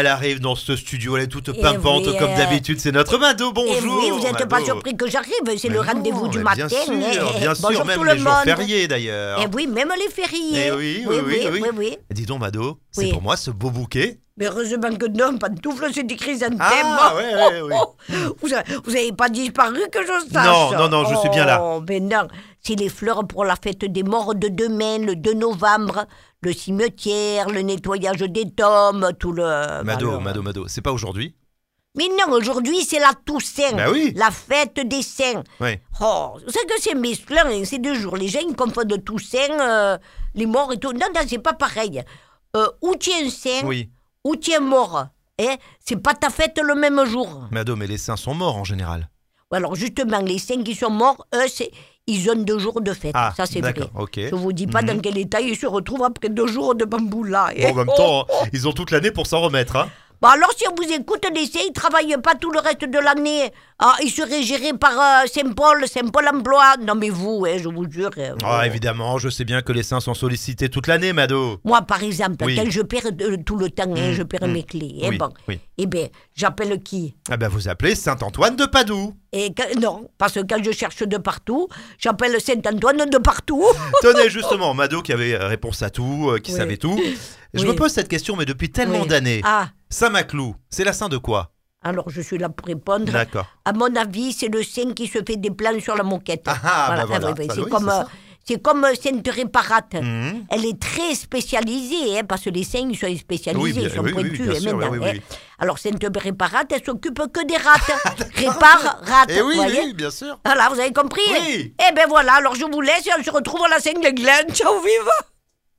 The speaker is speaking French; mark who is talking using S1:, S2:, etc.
S1: Elle arrive dans ce studio, elle est toute pimpante
S2: oui,
S1: comme
S2: euh,
S1: d'habitude, c'est notre Mado,
S2: Et
S1: bonjour
S2: Eh oui, vous n'êtes pas
S1: Mado.
S2: surpris que j'arrive, c'est
S1: Mais
S2: le
S1: non,
S2: rendez-vous du
S1: mais Bien
S2: matin.
S1: sûr,
S2: eh,
S1: bien
S2: eh, bonjour
S1: sûr, même
S2: tout
S1: les
S2: le
S1: jours
S2: monde. Eh
S1: fériés d'ailleurs.
S2: Et oui, même les fériés.
S1: Eh oui, oui, oui, oui. Dis donc Mado, c'est
S2: Oui.
S1: pour moi ce beau bouquet
S2: Mais heureusement que non, pantoufle, c'est des chrysanthèmes.
S1: Ah, ouais, ouais, ouais.
S2: Vous a- vous avez pas disparu que je sache
S1: Non, non, non, je suis bien là.
S2: Oh, mais non, c'est les fleurs pour la fête des morts de demain, le 2 novembre. Le cimetière, le nettoyage des tombes, tout le...
S1: Mado,
S2: Bah Alors.
S1: Mado, Mado, c'est pas aujourd'hui
S2: Mais non, aujourd'hui, c'est la Toussaint.
S1: Bah oui.
S2: La fête des saints.
S1: Ouais.
S2: Oh, c'est que c'est mesclin, hein, ces deux jours. Les gens, ils confondent Toussaint, euh, les morts et tout. Non, non, c'est pas pareil. Euh, où tu es un saint,
S1: Oui,
S2: où tu es mort, hein, c'est pas ta fête le même jour.
S1: Mado, mais les saints sont morts en général.
S2: Ou Alors, justement, les saints qui sont morts, eux, c'est- ils ont deux jours de fête.
S1: Ah,
S2: Ça, c'est vrai.
S1: d'accord, ok. Mhm.
S2: Je vous dis pas dans quel état ils se retrouvent après deux jours de bamboula. hein.
S1: Bon, en même temps, ils ont toute l'année pour s'en remettre, hein
S2: Bah alors, si on vous écoute, les saints, ils travaillent pas tout le reste de l'année. Ah, ils seraient gérés par euh, Saint-Paul, Saint-Paul emploi. Non, mais vous, hein, je vous jure. euh,
S1: Ah,
S2: vous-
S1: évidemment, je sais bien que les saints sont sollicités toute l'année, Mado.
S2: Moi, par exemple,
S1: Oui. Mmh,
S2: quand je perds euh, tout le temps, hein, je perds mes clés. hein,
S1: Oui,
S2: bon.
S1: oui.
S2: Eh bien, j'appelle qui
S1: Ah ben, vous appelez Saint-Antoine de Padoue.
S2: et quand- Non, parce que quand je cherche de partout, j'appelle Saint-Antoine de partout.
S1: Tenez, justement, Mado qui avait réponse à tout, euh, qui
S2: Oui.
S1: savait tout. Je
S2: Oui.
S1: me pose cette question, mais depuis tellement
S2: Oui.
S1: d'années.
S2: Ah,
S1: Saint-Maclou, c'est la saint de quoi
S2: alors je suis là pour répondre.
S1: D'accord.
S2: À mon avis, c'est le saint qui se fait des plans sur la moquette.
S1: Ah, ah, bah voilà,
S2: oui, oui,
S1: ça,
S2: c'est
S1: oui,
S2: comme,
S1: c'est
S2: euh,
S1: ça.
S2: c'est comme euh, sainte réparate.
S1: Mhm.
S2: Elle est très spécialisée, hein, parce que les saints, ils sont spécialisés,
S1: Oui, bien-
S2: ils sont
S1: Mmh. oui, oui,
S2: pointus.
S1: bien
S2: hein,
S1: sûr,
S2: maintenant,
S1: oui, oui,
S2: hein.
S1: oui.
S2: Alors, sainte réparate, elle s'occupe que des rates. Répare, rate.
S1: Eh oui,
S2: vous voyez
S1: oui, bien sûr.
S2: Voilà, Ah vous avez compris
S1: Oui.
S2: Eh ben voilà, alors je vous laisse et on se retrouve à la scène de Glen. Ciao, vive